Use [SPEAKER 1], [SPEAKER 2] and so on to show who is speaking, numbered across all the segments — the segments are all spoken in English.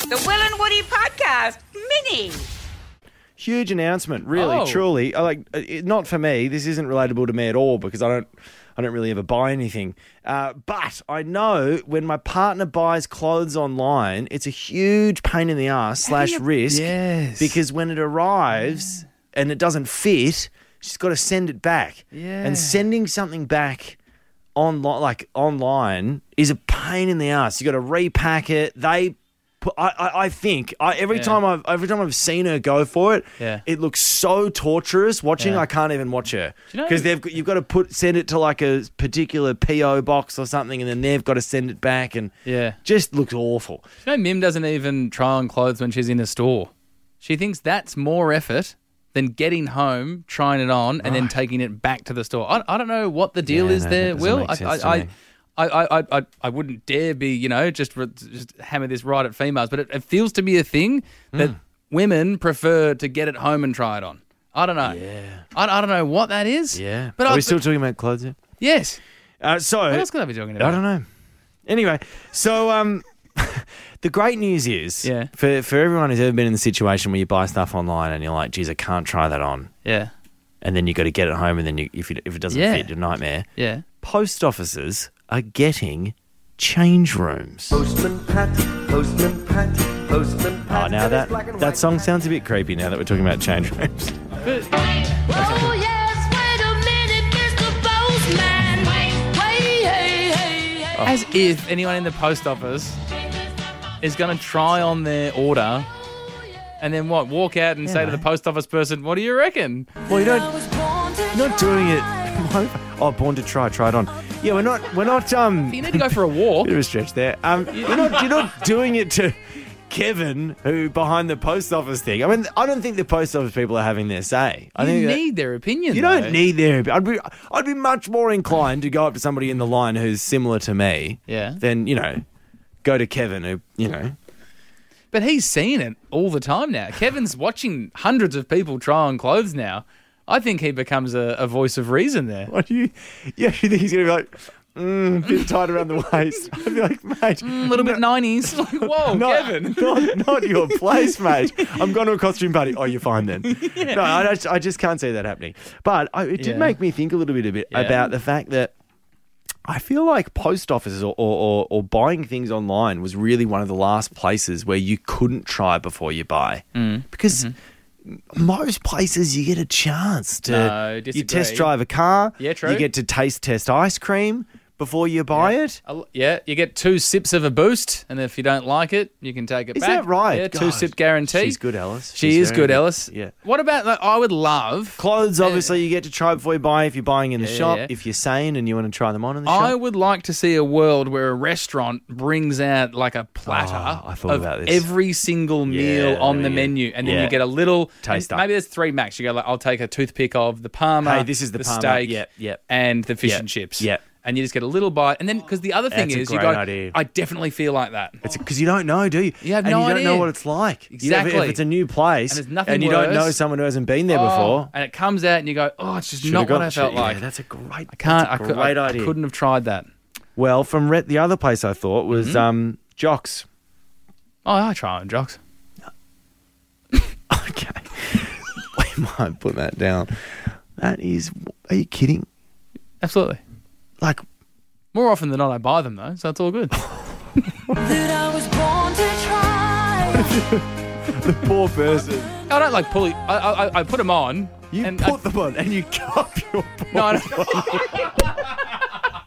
[SPEAKER 1] The Will and Woody Podcast Mini.
[SPEAKER 2] Huge announcement, really,
[SPEAKER 3] Oh.
[SPEAKER 2] truly. I Like, uh, it, not for me. This isn't relatable to me at all because I don't, I don't really ever buy anything. Uh, but I know when my partner buys clothes online, it's a huge pain in the ass slash risk.
[SPEAKER 3] Yes.
[SPEAKER 2] Because when it arrives and it doesn't fit, she's got to send it back.
[SPEAKER 3] Yeah.
[SPEAKER 2] And sending something back online, like online, is a pain in the ass. You got to repack it. They, put, I, I, I think I, every
[SPEAKER 3] Yeah.
[SPEAKER 2] time I've every time I've seen her go for it,
[SPEAKER 3] Yeah.
[SPEAKER 2] it looks so torturous. Watching,
[SPEAKER 3] Yeah.
[SPEAKER 2] I can't even watch her
[SPEAKER 3] you know-
[SPEAKER 2] because they've got, you've got to put send it to like a PO PO box or something, and then they've got to send it back, and
[SPEAKER 3] Yeah.
[SPEAKER 2] just looks awful.
[SPEAKER 3] You know, Mim doesn't even try on clothes when she's in a store. She thinks that's more effort than getting home, trying it on, and then taking it back to the store. I, I don't know what the deal
[SPEAKER 2] Yeah,
[SPEAKER 3] is
[SPEAKER 2] no, that
[SPEAKER 3] there,
[SPEAKER 2] doesn't
[SPEAKER 3] Will.
[SPEAKER 2] make
[SPEAKER 3] I,
[SPEAKER 2] sense
[SPEAKER 3] I,
[SPEAKER 2] to me.
[SPEAKER 3] I, I, I, I, I wouldn't dare be, you know, just re- just hammer this right at females, but it, it feels to be a thing
[SPEAKER 2] Hmm.
[SPEAKER 3] that women prefer to get it home and try it on. I don't know. Yeah. I, I don't know what that is. But
[SPEAKER 2] But are
[SPEAKER 3] I,
[SPEAKER 2] we still talking about clothes? Here?
[SPEAKER 3] yes.
[SPEAKER 2] Uh, so
[SPEAKER 3] What else could I be talking about?
[SPEAKER 2] I don't know. Anyway, so um, the great news is
[SPEAKER 3] Yeah.
[SPEAKER 2] for, for everyone who's ever been in the situation where you buy stuff online and you're like, geez, I can't try that on.
[SPEAKER 3] Yeah.
[SPEAKER 2] And then you got to get it home, and then you, if, you, if it doesn't
[SPEAKER 3] Yeah.
[SPEAKER 2] fit, you're a nightmare.
[SPEAKER 3] Yeah.
[SPEAKER 2] Post offices are getting change rooms.
[SPEAKER 4] Postman Pat, Postman Pat, Postman
[SPEAKER 2] Oh,
[SPEAKER 4] Pat.
[SPEAKER 2] now
[SPEAKER 4] and his
[SPEAKER 2] that
[SPEAKER 4] black and
[SPEAKER 2] that
[SPEAKER 4] white
[SPEAKER 2] song
[SPEAKER 4] cat.
[SPEAKER 2] sounds a bit creepy now that we're talking about change rooms.
[SPEAKER 5] Oh yes, wait a minute, Mr. Postman. Wait, wait, hey, hey, hey.
[SPEAKER 3] As if anyone in the post office is going to try on their order and then what? Walk out and say to the post office person, "What do you reckon?"
[SPEAKER 2] Well, you
[SPEAKER 5] I
[SPEAKER 2] don't
[SPEAKER 5] was born to
[SPEAKER 2] not doing it.
[SPEAKER 5] try.
[SPEAKER 2] Oh, born to try, try it on. Yeah, we're not we're not um.
[SPEAKER 3] You need to go for a walk.
[SPEAKER 2] Bit of a stretch there. Um, you're, not, you're not doing it to Kevin, who behind the post office thing. I mean, I don't think the post office people are having their say. I
[SPEAKER 3] You
[SPEAKER 2] think that-
[SPEAKER 3] need their opinion.
[SPEAKER 2] you
[SPEAKER 3] though.
[SPEAKER 2] don't need their. I'd be, I'd be much more inclined to go up to somebody in the line who's similar to me.
[SPEAKER 3] Yeah.
[SPEAKER 2] Than you know, go to Kevin, who you know.
[SPEAKER 3] But he's seen it all the time now. Kevin's watching hundreds of people try on clothes now. I think he becomes a, a voice of reason there.
[SPEAKER 2] What do you? Yeah, you think he's gonna be like, mm, bit tight around the waist? I'd be like, mate,
[SPEAKER 3] A little bit nineties. Like, whoa,
[SPEAKER 2] not,
[SPEAKER 3] Kevin.
[SPEAKER 2] Not, not your place, mate. I'm going to a costume party. Oh, you're fine then. No, I just, I just can't see that happening. But I, it did
[SPEAKER 3] Yeah.
[SPEAKER 2] make me think a little bit, a bit
[SPEAKER 3] Yeah.
[SPEAKER 2] about the fact that I feel like post offices or, or, or, or buying things online was really one of the last places where you couldn't try before you buy.
[SPEAKER 3] Mm.
[SPEAKER 2] Because. Most places you get a chance to
[SPEAKER 3] Mm-hmm. No,
[SPEAKER 2] you test
[SPEAKER 3] disagree.
[SPEAKER 2] drive a car.
[SPEAKER 3] Yeah, true.
[SPEAKER 2] You get to taste test ice cream before you buy it.
[SPEAKER 3] A l- Yeah, you get two sips of a boost, and if you don't like it, you can take it
[SPEAKER 2] Is
[SPEAKER 3] back.
[SPEAKER 2] that right?
[SPEAKER 3] Yeah, two
[SPEAKER 2] God.
[SPEAKER 3] sip guarantee.
[SPEAKER 2] She's good, Alice.
[SPEAKER 3] She
[SPEAKER 2] She's
[SPEAKER 3] is
[SPEAKER 2] very
[SPEAKER 3] good,
[SPEAKER 2] good.
[SPEAKER 3] Alice.
[SPEAKER 2] Yeah.
[SPEAKER 3] What about? Like, I would love.
[SPEAKER 2] Clothes, obviously, you get to try before you buy if you're buying in the
[SPEAKER 3] Yeah,
[SPEAKER 2] shop.
[SPEAKER 3] yeah.
[SPEAKER 2] If you're sane and you want to try them on in the
[SPEAKER 3] I
[SPEAKER 2] shop.
[SPEAKER 3] would like to see a world where a restaurant brings out like a platter
[SPEAKER 2] Oh, I thought
[SPEAKER 3] of
[SPEAKER 2] about this.
[SPEAKER 3] every single meal
[SPEAKER 2] that'd
[SPEAKER 3] on
[SPEAKER 2] be
[SPEAKER 3] the
[SPEAKER 2] good.
[SPEAKER 3] menu, and then
[SPEAKER 2] Yeah.
[SPEAKER 3] you get a little
[SPEAKER 2] Taster.
[SPEAKER 3] Maybe there's three max. You go like, I'll take a toothpick of the parma.
[SPEAKER 2] Hey, this is the parma.
[SPEAKER 3] steak.
[SPEAKER 2] Yep, yep.
[SPEAKER 3] And the fish
[SPEAKER 2] Yep,
[SPEAKER 3] and chips.
[SPEAKER 2] yep.
[SPEAKER 3] And you just get a little bite, and then because the other thing
[SPEAKER 2] That's a
[SPEAKER 3] is, you
[SPEAKER 2] great
[SPEAKER 3] go,
[SPEAKER 2] idea.
[SPEAKER 3] I definitely feel like that.
[SPEAKER 2] It's because you don't know, do you?
[SPEAKER 3] You have
[SPEAKER 2] and
[SPEAKER 3] no
[SPEAKER 2] you don't know
[SPEAKER 3] idea.
[SPEAKER 2] what it's like. You know, if- if,
[SPEAKER 3] Exactly.
[SPEAKER 2] it's a new place
[SPEAKER 3] And there's nothing
[SPEAKER 2] you don't
[SPEAKER 3] worse.
[SPEAKER 2] know someone who hasn't been there
[SPEAKER 3] Oh,
[SPEAKER 2] before.
[SPEAKER 3] and it comes out, and you go, oh, it's just
[SPEAKER 2] Should've
[SPEAKER 3] not
[SPEAKER 2] got-
[SPEAKER 3] what I felt
[SPEAKER 2] yeah,
[SPEAKER 3] like.
[SPEAKER 2] That's a great. I
[SPEAKER 3] Can't. I,
[SPEAKER 2] That's a
[SPEAKER 3] cou- I-
[SPEAKER 2] great
[SPEAKER 3] I
[SPEAKER 2] idea.
[SPEAKER 3] couldn't have tried that.
[SPEAKER 2] Well, from Rhett, the other place I thought was
[SPEAKER 3] Mm-hmm.
[SPEAKER 2] um, Jocks.
[SPEAKER 3] Oh, I try on jocks.
[SPEAKER 2] Okay, we might put that down. That is. Are you kidding?
[SPEAKER 3] Absolutely.
[SPEAKER 2] Like,
[SPEAKER 3] More often than not, I buy them though, so it's all good.
[SPEAKER 5] That I was born to try.
[SPEAKER 2] poor person.
[SPEAKER 3] I don't like pulling. I, I, I put them on.
[SPEAKER 2] You
[SPEAKER 3] and
[SPEAKER 2] put them on and you cup your.
[SPEAKER 3] I, no, I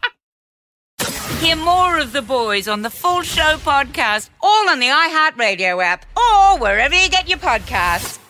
[SPEAKER 3] don't-
[SPEAKER 1] Hear more of the boys on the Full Show podcast, all on the iHeartRadio app or wherever you get your podcasts.